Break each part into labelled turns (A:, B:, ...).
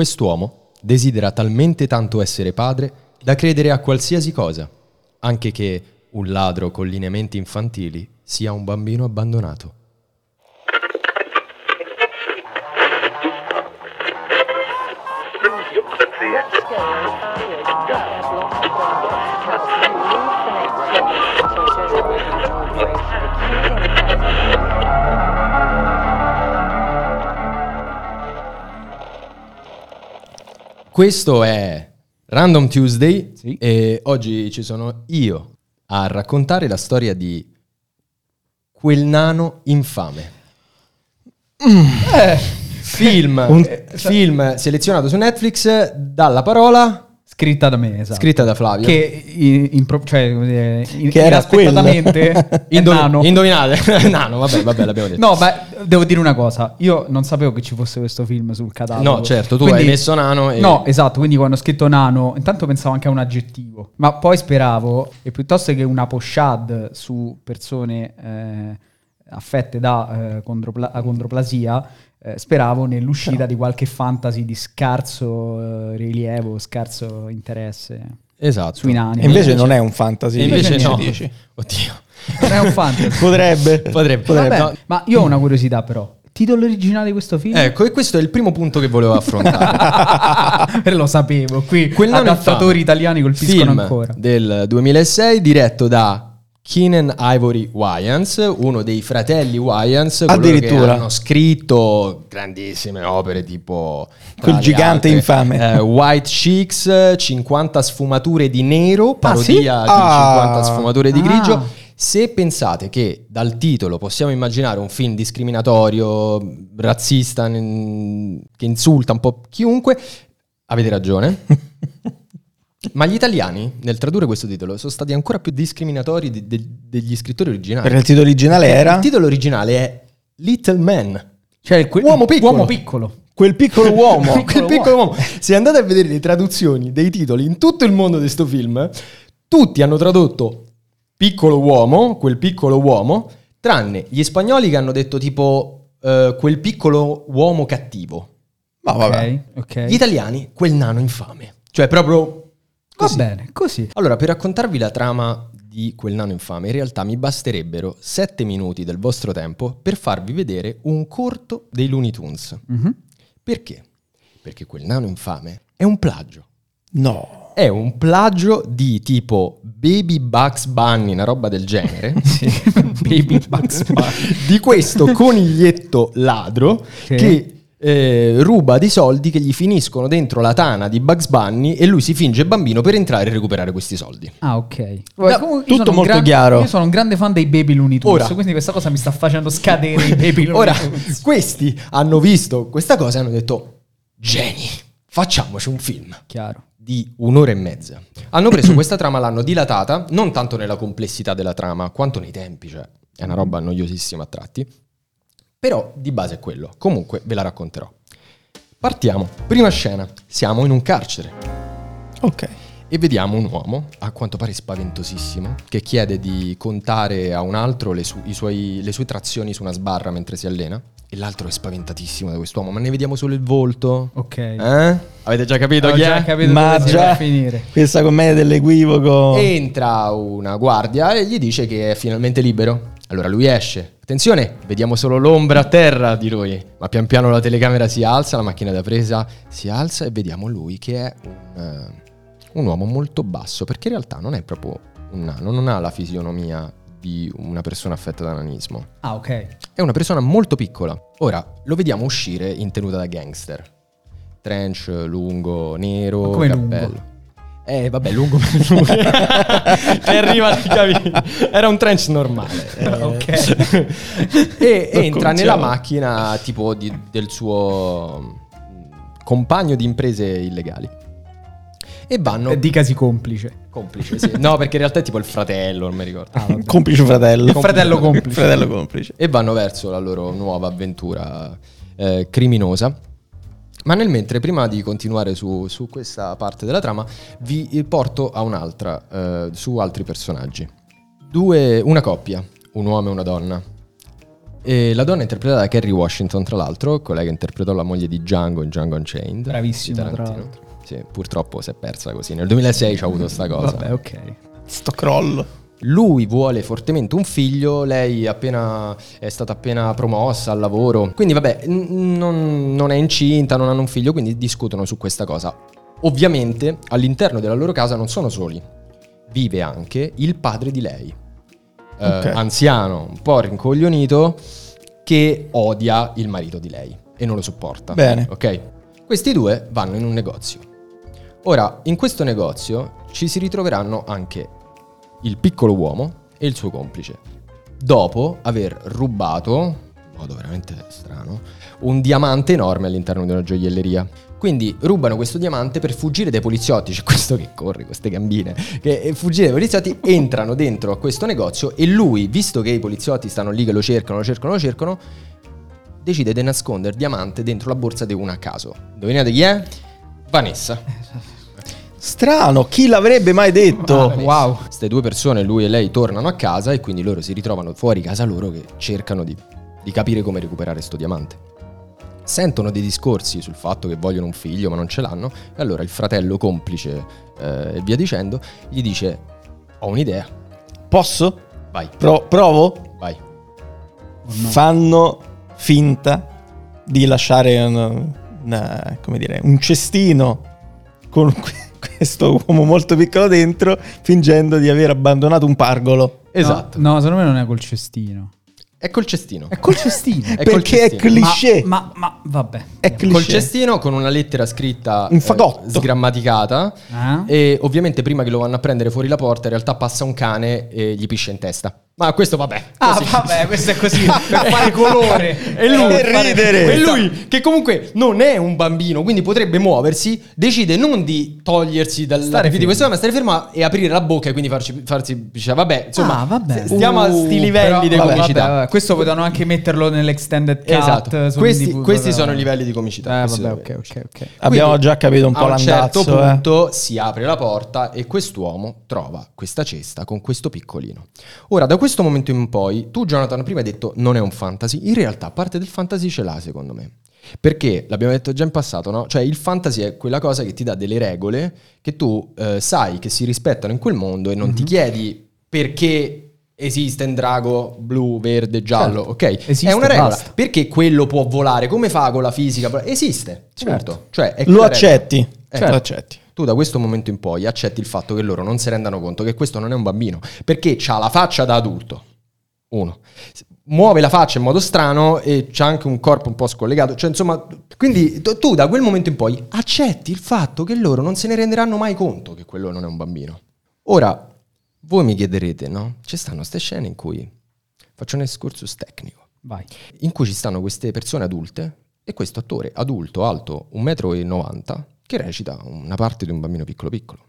A: Quest'uomo desidera talmente tanto essere padre da credere a qualsiasi cosa, anche che un ladro con lineamenti infantili sia un bambino abbandonato. Questo è Random Tuesday
B: Sì.
A: e oggi ci sono io a raccontare la storia di quel nano infame. Eh, film,
B: Un-
A: eh, film selezionato su Netflix dalla parola
B: Scritta da me, esatto.
A: scritta da Flavio.
B: che in, in pro- cioè, come dire, in-
C: Che era
B: inaspettatamente è
A: Indo-
B: nano.
A: Indovinate. nano, vabbè, vabbè, l'abbiamo detto.
B: No, ma devo dire una cosa. Io non sapevo che ci fosse questo film sul catalogo.
A: No, certo, tu hai messo nano e-
B: No, esatto, quindi quando ho scritto nano, intanto pensavo anche a un aggettivo. Ma poi speravo, e piuttosto che una pochade su persone eh, affette da eh, condropla- condroplasia, eh, speravo nell'uscita di qualche fantasy di scarso eh, rilievo, scarso interesse.
A: Esatto.
B: Sui nani.
C: E invece non è un fantasy.
A: E invece
B: Invece
A: no.
C: dici.
A: Oddio.
B: Non è un fantasy.
C: Eh, Potrebbe.
A: Potrebbe.
B: Vabbè,
A: No.
B: Ma io ho una curiosità però. Titolo originale di questo film?
A: Ecco, e questo è il primo punto che volevo affrontare.
B: Eh, Lo sapevo, qui
A: Quel nano infame.
B: adattatori italiani colpiscono
A: Film
B: ancora.
A: del 2006 diretto da Keenan Ivory Wayans, uno dei fratelli Wayans, coloro che
C: Addirittura.
A: hanno scritto grandissime opere tipo tra
C: Quel
A: le
C: gigante
A: altre,
C: infame.
A: eh, White Chicks, 50 sfumature di nero, parodia
C: sì?
A: di
C: Ah.
A: 50 sfumature di
B: Ah.
A: grigio. Se pensate che dal titolo possiamo immaginare un film discriminatorio, razzista, n- che insulta un po' chiunque, avete ragione.
B: eh,
A: Ma gli italiani, nel tradurre questo titolo, sono stati ancora più discriminatori di- de- degli scrittori originali.
C: Perché il titolo originale
A: Il
C: era
A: titolo originale è Little Man.
B: Cioè, que-
A: Uomo piccolo.
B: Uomo piccolo.
C: Quel piccolo uomo.
A: Quel piccolo, uomo. Se andate a vedere le traduzioni dei titoli in tutto il mondo di sto film, tutti hanno tradotto piccolo uomo, quel piccolo uomo, tranne gli spagnoli che hanno detto tipo eh, quel piccolo uomo cattivo.
C: Ma vabbè.
B: Ok, ok.
A: Gli italiani quel nano infame. Cioè proprio così.
B: Va bene, così.
A: Allora, per raccontarvi la trama di quel nano infame, in realtà mi basterebbero 7 minuti del vostro tempo per farvi vedere un corto dei Looney Tunes.
B: Mhm.
A: Perché? Perché quel nano infame è un plagio.
C: No.
A: È un plagio di tipo Baby Bugs Bunny, una roba del genere.
B: Baby Bugs Bunny.
A: di questo coniglietto ladro
B: Sì.
A: che eh, ruba dei soldi che gli finiscono dentro la tana di Bugs Bunny e lui si finge bambino per entrare e recuperare questi soldi.
B: Ah, ok.
C: No,
B: Comunque,
C: tutto
B: io sono un
C: molto chiaro.
B: Io sono un grande fan dei Baby Looney Tunes,
A: Ora.
B: quindi questa cosa mi sta facendo scadere i Baby Looney
A: Ora,
B: Tunes.
A: questi hanno visto questa cosa e hanno detto, geni, facciamoci un film.
B: Chiaro.
A: di un'ora e mezza. Hanno preso questa trama, l'hanno dilatata, non tanto nella complessità della trama, quanto nei tempi, cioè è una roba noiosissima a tratti. Però di base è quello. Comunque ve la racconterò. Partiamo. Prima scena. Siamo in un carcere
C: Ok.
A: e vediamo un uomo, a quanto pare spaventosissimo, che chiede di contare a un altro le, su- i suoi- le sue trazioni su una sbarra mentre si allena. E l'altro è spaventatissimo da quest'uomo, ma ne vediamo solo il volto.
B: Ok.
A: Eh? Avete già capito
B: Ho
A: chi
B: già
A: è?
B: capito
C: Ma
B: dove si
C: già-
B: va a finire.
C: Questa commedia dell'equivoco.
A: Entra una guardia e gli dice che è finalmente libero. Allora lui esce. Attenzione, vediamo solo l'ombra a terra di lui. Ma pian piano la telecamera si alza, la macchina da presa si alza e vediamo lui che è un, eh, un uomo molto basso, perché in realtà non è proprio un nano, non ha la fisionomia di una persona affetta da nanismo.
B: Ah, ok.
A: È una persona molto piccola. Ora, lo vediamo uscire in tenuta da gangster. Trench, lungo, nero,
B: Ma come
A: cappello.
B: lungo?
A: Eh, vabbè, lungo per lui. e arriva, capi? Era un trench normale.
B: Ok.
A: Eh, e
C: Non
A: entra
C: cominciamo.
A: nella macchina tipo di- del suo mh, compagno di imprese illegali. E vanno...
B: Eh, Dicasi complice.
A: Complice, sì. No, perché in realtà è tipo il fratello, non mi
B: Ah,
A: ricordo.
C: Complice fratello.
B: Il fratello complice.
C: Fratello complice.
A: e vanno verso la loro nuova avventura eh, criminosa. Ma nel mentre, prima di continuare su, su questa parte della trama, vi porto a un'altra, eh, su altri personaggi. Due, una coppia, un uomo e una donna. E la donna è interpretata da Kerry Washington, tra l'altro, quella che interpretò la moglie di Django in Django Unchained.
B: Bravissima,
A: di
B: tra
A: Tarantino.
B: l'altro.
A: Sì, purtroppo si è persa così. Nel 2006 ci ha avuto sta cosa.
B: Vabbè, ok.
C: Sto crollo.
A: Lui vuole fortemente un figlio, lei appena è stata appena promossa al lavoro, quindi vabbè, n- non, non è incinta, non hanno un figlio, quindi discutono su questa cosa. Ovviamente all'interno della loro casa non sono soli, vive anche il padre di lei, eh,
C: Ok.
A: anziano, un po' rincoglionito, che odia il marito di lei e non lo sopporta.
C: Bene.
A: Ok? Questi due vanno in un negozio. Ora, in questo negozio ci si ritroveranno anche il piccolo uomo e il suo complice, dopo aver rubato, in modo veramente strano, un diamante enorme all'interno di una gioielleria. Quindi rubano questo diamante per fuggire dai poliziotti, c'è questo che corre, queste gambine, che eh, fuggire dai poliziotti, entrano dentro a questo negozio e lui, visto che i poliziotti stanno lì che lo cercano, lo cercano, lo cercano, decide di nascondere il diamante dentro la borsa di una a caso. Indovinate chi è? Vanessa.
C: Strano, chi l'avrebbe mai detto?
B: Ah, wow.
A: Oh, Queste due persone, lui e lei, tornano a casa e quindi loro si ritrovano fuori casa loro che cercano di, di capire come recuperare sto diamante. Sentono dei discorsi sul fatto che vogliono un figlio ma non ce l'hanno e allora il fratello complice eh, e via dicendo gli dice ho un'idea,
C: Posso?
A: vai,
C: Pro- provo?
A: vai.
B: Oh, no.
C: Fanno finta di lasciare un, una- come dire, un cestino con que- questo uomo molto piccolo dentro, fingendo di aver abbandonato un pargolo.
A: Esatto.
B: No, no, secondo me non è col cestino.
A: È col cestino.
B: È col cestino.
A: È col
C: perché è
A: cestino.
C: cliché.
B: Ma, ma, ma vabbè.
C: è cliché.
A: Col cestino con una lettera scritta eh,
C: Un fagotto.
A: sgrammaticata
B: Ah?
A: e ovviamente prima che lo vanno a prendere fuori la porta in realtà passa un cane e gli pisce in testa. Ma questo vabbè.
B: Ah,
A: così.
B: vabbè, questo è così per fare colore. Eh,
A: E lui,
C: Per ridere.
A: e
B: Esatto.
A: lui, che comunque non è un bambino, quindi potrebbe muoversi, decide non di togliersi dal
B: Stare
A: di
B: fermo.
A: questo, ma stare fermo e aprire la bocca e quindi farci, farsi dice, vabbè, Uh, insomma,
B: Ah, vabbè.
A: s- stiamo a sti livelli di
B: Uh, Però- vabbè,
A: comicità.
B: vabbè, vabbè. Questo potevano anche metterlo nell'extended cut.
A: Esatto,
B: su
A: questi,
B: Indie-
A: questi
B: vabbè,
A: sono i
B: vabbè.
A: livelli di comicità.
B: Eh,
A: Questi
B: vabbè,
A: sono i
B: ok,
A: livelli.
B: ok, ok.
C: Abbiamo già capito un po'
A: A un certo
C: l'andazzo. eh.
A: punto si apre la porta e quest'uomo trova questa cesta con questo piccolino. Ora, da questo momento in poi, tu Jonathan prima hai detto non è un fantasy, in realtà parte del fantasy ce l'ha secondo me. Perché l'abbiamo detto già in passato, no? Cioè il fantasy è quella cosa che ti dà delle regole che tu eh, sai che si rispettano in quel mondo e non
B: Mhm.
A: ti chiedi perché esiste un drago blu, verde, giallo, ok?
B: Certo. Esiste,
A: è una regola.
B: basta.
A: Perché quello può volare? Come fa con la fisica? Esiste, certo. Cioè, è
C: Lo
A: quella regola.
C: accetti. Eh,
A: Certo.
C: Lo accetti.
A: Tu da questo momento in poi accetti il fatto che loro non si rendano conto che questo non è un bambino, perché ha la faccia da adulto. Uno. S- Muove la faccia in modo strano e c'ha anche un corpo un po' scollegato. Cioè, insomma, quindi t- tu da quel momento in poi accetti il fatto che loro non se ne renderanno mai conto che quello non è un bambino. Ora, voi mi chiederete, no? Ci stanno queste scene in cui faccio un excursus tecnico
B: Vai.
A: in cui ci stanno queste persone adulte e questo attore adulto, alto 1,90 m, che recita una parte di un bambino piccolo piccolo.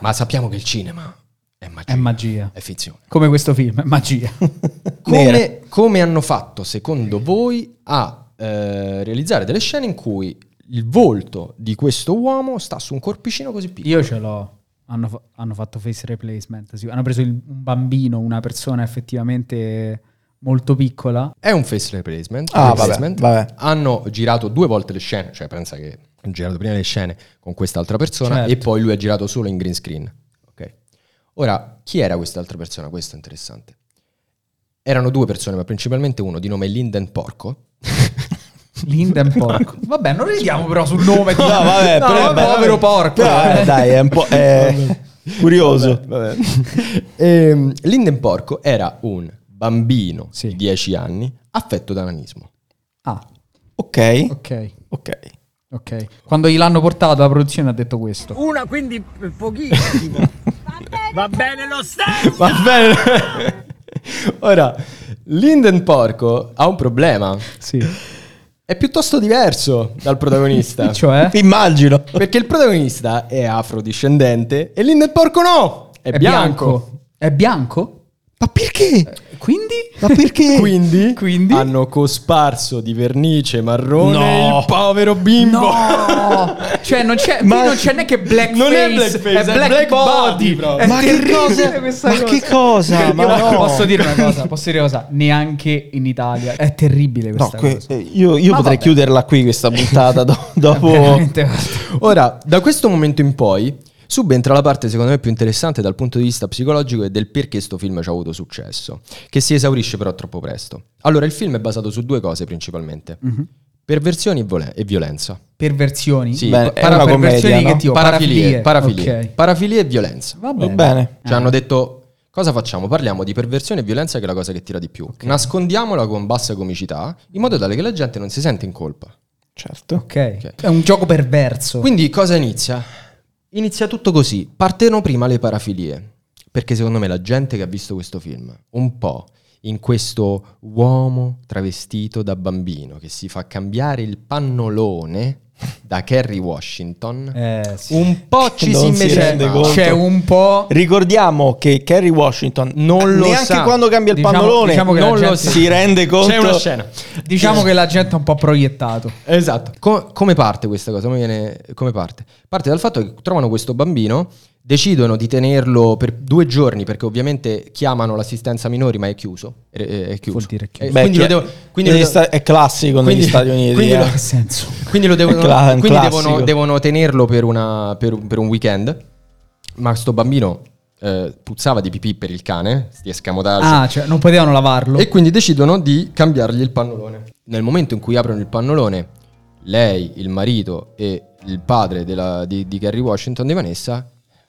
A: Ma sappiamo che il cinema è magia,
B: È magia.
A: è fizione.
B: Come questo film, è magia.
C: Nera.
A: Come, come hanno fatto, secondo voi, a eh, realizzare delle scene in cui il volto di questo uomo sta su un corpicino così piccolo?
B: Io ce l'ho. Hanno, fa- hanno fatto face replacement. sì. Hanno preso il- un bambino, una persona effettivamente molto piccola.
A: È un face replacement.
C: Ah, vabbè,
A: replacement.
C: vabbè.
A: Hanno girato due volte le scene, cioè pensa che hanno girato prima le scene con quest'altra persona
B: Certo.
A: e poi lui ha girato solo in green screen. Ok. Ora, chi era quest'altra persona? Questo è interessante. Erano due persone, ma principalmente uno di nome Linden Porco.
B: Linden Porco. Vabbè, non ridiamo però sul nome. di-
C: No, vabbè,
B: No,
C: però-
B: vabbè,
C: vabbè.
B: povero porco.
C: No, vabbè,
B: eh.
C: dai, è un po' è curioso.
A: Ehm, Linden Porco era un bambino
B: Sì.
A: di 10 anni affetto da nanismo.
B: Ah,
C: Ok,
B: ok,
C: ok.
B: ok. Quando gliel'hanno portato la produzione ha detto questo.
D: Una, quindi eh, pochissimo. Va bene lo stesso.
A: Va bene. Ora, Linden Porco ha un problema.
B: Sì.
A: È piuttosto diverso dal protagonista.
B: Cioè,
C: Immagino.
A: perché il protagonista è afrodiscendente e Linden Porco no! È, bianco.
B: È bianco? Eh,
C: Ma perché?
B: Quindi?
C: Ma perché?
A: Quindi,
B: Quindi?
A: hanno cosparso di vernice marrone
C: No.
A: il povero bimbo.
B: No! cioè non c'è, qui
C: Ma-
B: non c'è neanche blackface,
A: Non è blackface, è black body, proprio.
B: È
C: Ma che
B: terribile
C: cosa-
B: questa
C: ma che cosa?
B: Io
C: Ma no.
B: Posso dire una cosa, posso dire una cosa, neanche in Italia. È terribile
C: No,
B: questa
C: que-
B: cosa.
C: eh, io, io
B: Ma
C: potrei
B: vabbè.
C: chiuderla qui questa puntata do-
B: È
C: dopo...
B: veramente-
A: Ora, da questo momento in poi subentra la parte secondo me più interessante dal punto di vista psicologico e del perché sto film ci ha avuto successo, che si esaurisce però troppo presto. Allora, il film è basato su due cose principalmente,
B: Mhm.
A: perversioni e, vole- e violenza.
B: Perversioni.
A: Sì,
C: Beh,
B: Pa-
C: è
B: para-
C: una
B: perversioni
C: commedia,
B: che
C: no?
B: ti ho,
A: parafilie, parafilie,
B: ok.
A: Parafilie e violenza.
B: Va
C: Va
B: bene. Ah,
C: bene.
A: Ci
B: Eh.
A: hanno detto cosa facciamo? Parliamo di perversione e violenza che è la cosa che tira di più. Nascondiamola con bassa comicità in modo tale che la gente non si sente in colpa.
C: Certo.
B: Ok.
A: Ok.
B: È un gioco perverso.
A: Quindi cosa inizia? Inizia tutto così. Partono prima le parafilie. Perché secondo me la gente che ha visto questo film, un po' in questo uomo travestito da bambino che si fa cambiare il pannolone da Kerry Washington,
B: Eh, sì.
A: un po' ci si
C: Non si
A: mette.
C: rende conto.
B: c'è Cioè, un po'
C: Ricordiamo che Kerry Washington
A: Non lo
C: neanche
A: sa.
C: quando cambia il
B: Diciamo-
C: pannolone
B: diciamo che la
C: non lo
B: gente-
C: si rende conto.
A: C'è una scena.
B: diciamo che la gente è un po' proiettato.
A: Esatto. Co- come parte questa cosa? Come, viene- come parte? Parte dal fatto che trovano questo bambino, decidono di tenerlo per due giorni perché ovviamente chiamano l'assistenza minori ma è chiuso. È, è- è chiuso.
B: Vuol dire chiuso.
A: Eh,
C: Beh,
A: quindi lo
C: chi-
A: devo- quindi lo
C: negli
A: devo-
C: sta- è classico negli
A: quindi-
C: Stati Uniti.
A: quindi
C: eh.
A: lo-
B: Che senso?
A: quindi lo devono,
C: È cla- è un
A: quindi
C: classico.
A: devono, devono tenerlo per, una- per un, per un weekend. Ma sto bambino eh, puzzava di pipì per il cane, sti escamotage.
B: Ah, cioè non potevano lavarlo.
A: E quindi decidono di cambiargli il pannolone. Nel momento in cui aprono il pannolone, lei, il marito e il padre della- di, di Kerry Washington di Vanessa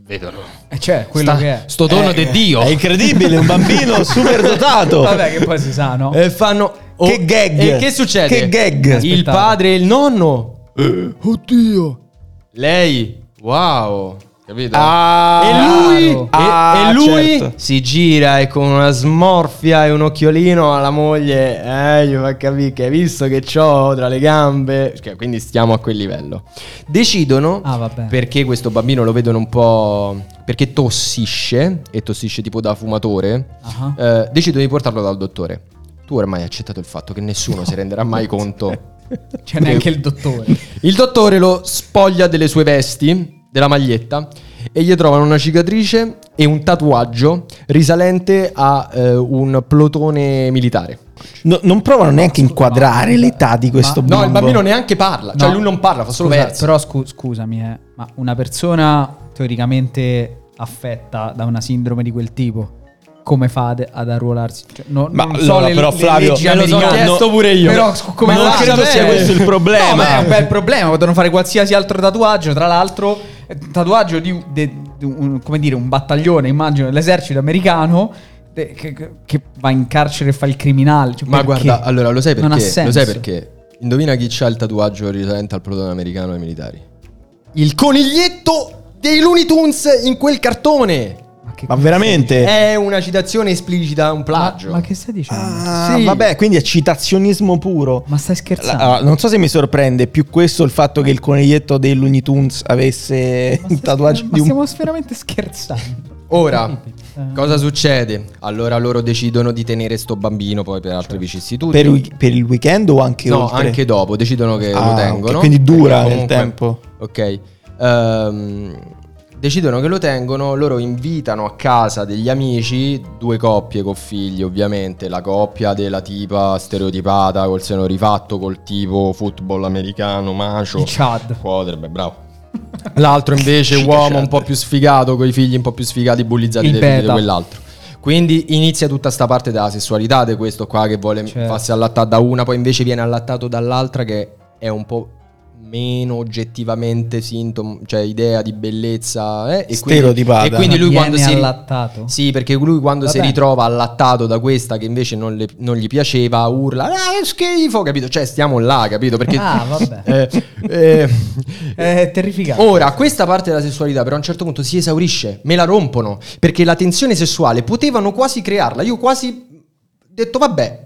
A: vedono
B: Eh, cioè, quello
A: sta-
B: che è.
A: sto dono di Dio
C: È incredibile, un bambino super dotato.
B: Vabbè, che poi si sa, Ah, no?
A: e fanno oh,
C: Che gag!
A: E che succede?
C: Che gag!
A: Il
B: Aspettate.
A: padre e il nonno. Eh, oddio. Lei, wow, capito?
C: Ah,
A: E lui,
B: Chiaro.
A: e-
C: Ah,
A: e lui
C: certo.
A: si gira e con una smorfia e un occhiolino alla moglie, eh, gli fa capire che hai visto che c'ho tra le gambe. Cioè, quindi stiamo a quel livello. Decidono,
B: Ah, vabbè.
A: perché questo bambino lo vedono un po'... perché tossisce, e tossisce tipo da fumatore,
B: Ah.
A: eh, decidono di portarlo dal dottore. Tu ormai hai accettato il fatto che nessuno si renderà mai conto
B: C'è Cioè, neanche il dottore.
A: il dottore lo spoglia delle sue vesti, della maglietta, e gli trovano una cicatrice e un tatuaggio risalente a eh, un plotone militare.
C: No- non provano neanche a inquadrare l'età di questo
A: No,
C: bambino.
A: il bambino neanche parla, cioè
B: No.
A: lui non parla, fa solo
B: Scusa,
A: versi.
B: Però scu- scusami, eh, ma una persona teoricamente affetta da una sindrome di quel tipo, come fa ad, ad arruolarsi? Cioè, no-
C: Ma
B: non so
C: allora,
B: le,
C: però,
B: le
C: Flavio,
B: leggi
C: me lo sono
B: americane.
C: chiesto
A: pure io.
B: Però scu- come
C: Ma non
B: fa a
C: credo sia
B: sapere?
C: questo il problema.
B: No, ma è un bel problema, potevano fare qualsiasi altro tatuaggio, tra l'altro eh, tatuaggio di, un- de- di un, come dire, un battaglione, immagino, dell'esercito americano. de- Che, che- che va in carcere e fa il criminale. Cioè,
A: Ma
B: perché?
A: guarda, allora lo sai
B: Non ha
A: perché? Lo
B: senso.
A: sai perché? Indovina chi c'ha il tatuaggio risalente al plotone americano ai militari. Il coniglietto dei Looney Tunes in quel cartone.
B: Ma, che
C: Ma
B: cazzo-
C: veramente?
A: È una citazione esplicita, un
B: Ma,
A: plagio.
B: ma che stai dicendo?
C: Ah,
A: Sì.
C: Vabbè, Ah, quindi è citazionismo puro.
B: Ma stai scherzando?
C: Allora, non so se mi sorprende più questo il fatto che il coniglietto dei Looney Tunes avesse
B: Ma
C: un
B: stai-
C: tatuaggio
B: ma
C: eh, di un
B: stiamo veramente scherzando.
A: Ora,
B: Eh.
A: cosa succede? Allora loro decidono di tenere sto bambino poi per
B: Certo.
A: altre vicissitudini.
C: per, il- per il weekend o anche
A: no,
C: oltre?
A: anche dopo, decidono che
C: Ah,
A: lo tengono.
C: ok, quindi dura
A: perché
C: nel tempo.
A: Ok. Ehm, decidono che lo tengono, loro invitano a casa degli amici, due coppie con figli ovviamente, la coppia della tipa stereotipata col seno rifatto, col tipo football americano, macio.
B: Il Chad.
A: Quarterback, bravo. L'altro invece
C: Chica
A: uomo
C: Chad.
A: un po' più sfigato, con i figli un po' più sfigati, bullizzati
B: Il
A: dai figli di
B: beta.
A: quell'altro. Quindi inizia tutta sta parte della sessualità di questo qua che vuole
B: Certo.
A: farsi allattare da una, poi invece viene allattato dall'altra che è un po' meno oggettivamente sintomo, cioè idea di bellezza eh, e quindi-
C: Stereotipata.
A: E quindi
B: Ma
A: lui
B: viene
A: quando si
B: allattato?
A: Sì, perché lui quando si
B: Vabbè.
A: ritrova allattato da questa che invece non, le- non gli piaceva, urla "Ah, che schifo", capito? Cioè, stiamo là, capito? Perché
B: Ah, vabbè.
A: eh, eh,
B: È terrificante.
C: oh,
A: Ora, questa parte della sessualità però a un certo punto si esaurisce, me la rompono, perché la tensione sessuale potevano quasi crearla. Io quasi ho detto vabbè,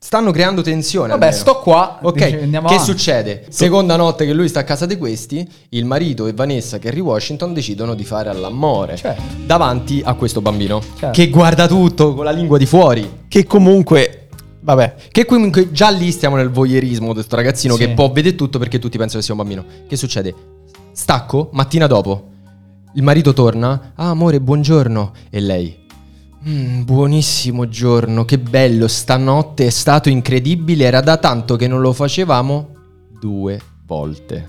A: Stanno creando tensione.
B: Vabbè,
A: almeno.
B: sto qua.
A: Ok,
B: dice,
A: che
B: andiamo avanti.
A: succede? Seconda notte che lui sta a casa di questi, il marito e Vanessa Kerry Washington decidono di fare all'amore
B: Certo.
A: davanti a questo bambino
B: Certo.
A: che guarda tutto con la lingua di fuori.
C: Che comunque, vabbè,
A: Che comunque già lì stiamo nel voyeurismo di questo ragazzino
B: Sì.
A: che può vedere tutto perché tutti pensano che sia un bambino. Che succede? Stacco, mattina dopo. Il marito torna, ah amore, buongiorno. E lei, "Mm, buonissimo giorno, che bello, stanotte è stato incredibile, era da tanto che non lo facevamo due volte.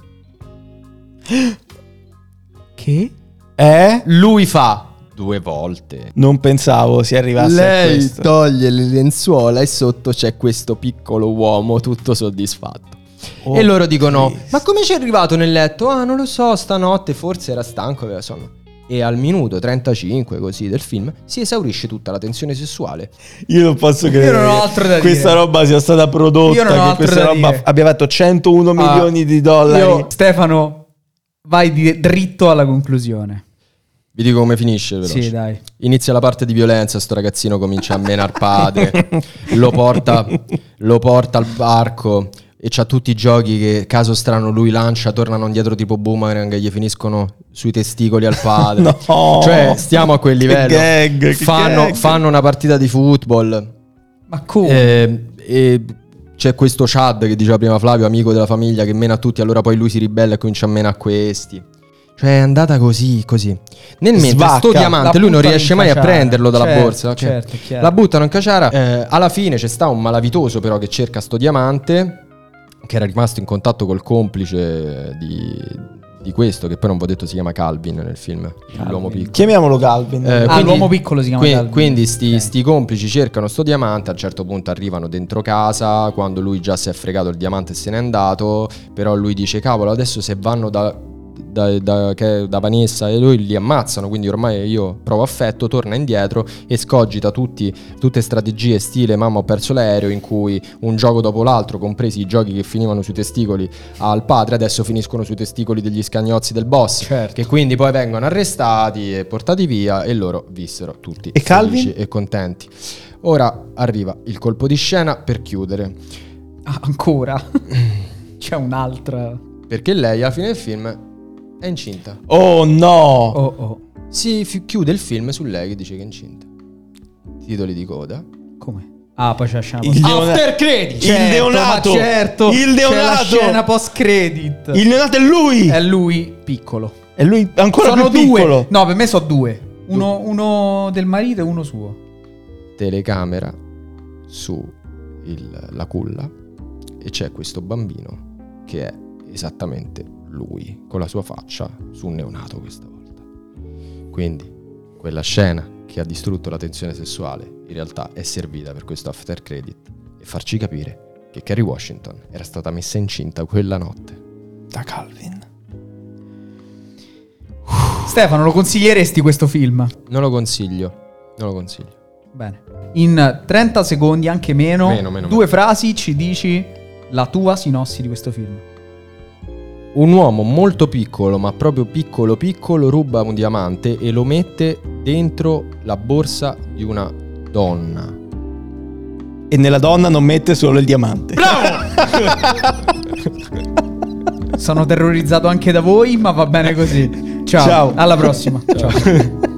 C: Che? Eh?
A: Lui fa due volte.
C: Non pensavo si arrivasse a
A: Lei
C: questo.
A: toglie le lenzuola e sotto c'è questo piccolo uomo tutto soddisfatto.
C: Oh,
A: e loro dicono:
C: Cristo.
A: Ma come ci è arrivato nel letto? Ah, non lo so, stanotte forse era stanco, aveva sonno. E al minuto 35 così del film si esaurisce tutta la tensione sessuale.
C: Io non posso credere
B: non ho
C: che
B: altro da dire.
C: questa roba sia stata prodotta,
B: Io non ho
C: che
B: altro
C: questa
B: da
C: roba
B: dire.
C: abbia fatto 101
B: Ah,
C: milioni di dollari.
B: io- Stefano, vai di- dritto alla conclusione.
A: Vi dico come finisce, veloce.
B: Sì, dai.
A: Inizia la parte di violenza, sto ragazzino comincia a menar padre, lo, porta, lo porta al barco e c'ha tutti i giochi che caso strano lui lancia, tornano indietro tipo boomerang e gli finiscono sui testicoli al padre.
C: No.
A: Cioè stiamo a quel
C: Che
A: livello.
C: gag, che
A: fanno,
C: gag.
A: fanno una partita di football.
B: Ma come?
A: Eh, e c'è questo Chad che diceva prima Flavio, amico della famiglia, che mena a tutti, allora poi lui si ribella e comincia a mena a questi. Cioè è andata così, così. Nel mentre
C: Svacca.
A: sto diamante
B: La
A: lui non
B: buttano
A: riesce
B: in
A: mai a
B: caciara.
A: prenderlo dalla
B: Certo,
A: borsa. ok?
B: certo, è chiaro.
A: La buttano in caciara. eh, alla fine c'è sta un malavitoso però che cerca sto diamante, che era rimasto in contatto col complice di, di questo, che poi non vi ho detto si chiama Calvin nel film,
B: Calvin.
A: l'uomo piccolo.
C: Chiamiamolo Calvin.
A: Eh,
B: Ah, l'uomo piccolo si chiama
A: qui-
B: Calvin.
A: Quindi sti,
B: Ok.
A: sti complici cercano sto diamante, a un certo punto arrivano dentro casa, quando lui già si è fregato il diamante e se n'è andato, però lui dice cavolo adesso se vanno da, da- da- che- da Vanessa e lui li ammazzano, quindi ormai io provo affetto, torna indietro e scogita tutti, tutte strategie stile mamma ho perso l'aereo in cui un gioco dopo l'altro, compresi i giochi che finivano sui testicoli al padre, adesso finiscono sui testicoli degli scagnozzi del boss.
B: Certo.
A: Che quindi poi vengono arrestati e portati via e loro vissero tutti
C: E Calvin?
A: felici e contenti. Ora arriva il colpo di scena per chiudere,
B: Ah, ancora? C'è un'altra.
A: perché lei alla fine del film è incinta.
C: Oh no!
B: Oh, oh.
A: Si fi- chiude il film su lei che dice che è incinta. Titoli di coda.
B: Come? Ah, poi c'è la scena
C: Il
B: post-
C: Leona-
B: After credit.
C: Il neonato!
B: ma certo.
C: Il
B: C'è la
C: neonato!
B: scena post credit.
C: Il neonato è lui!
B: È lui piccolo.
C: È lui ancora
B: Eh, sono
C: più
B: due.
C: piccolo.
B: No, per me sono due. Uno, uno del marito e uno suo.
A: Telecamera su il- la culla e c'è questo bambino che è esattamente lui con la sua faccia su un neonato questa volta. Quindi quella scena che ha distrutto la tensione sessuale in realtà è servita per questo after credit e farci capire che Kerry Washington era stata messa incinta quella notte.
C: Da Calvin.
B: Stefano, lo consiglieresti questo film?
A: Non lo consiglio, non lo consiglio.
B: Bene. In 30 secondi, anche meno,
A: Meno, meno,
B: due
A: meno.
B: frasi ci dici la tua sinossi di questo film.
A: Un uomo molto piccolo, ma proprio piccolo piccolo, ruba un diamante e lo mette dentro la borsa di una donna.
C: E nella donna non mette solo il diamante.
B: Sono terrorizzato anche da voi, ma va bene così. Ciao.
C: Ciao.
B: Alla prossima. Ciao.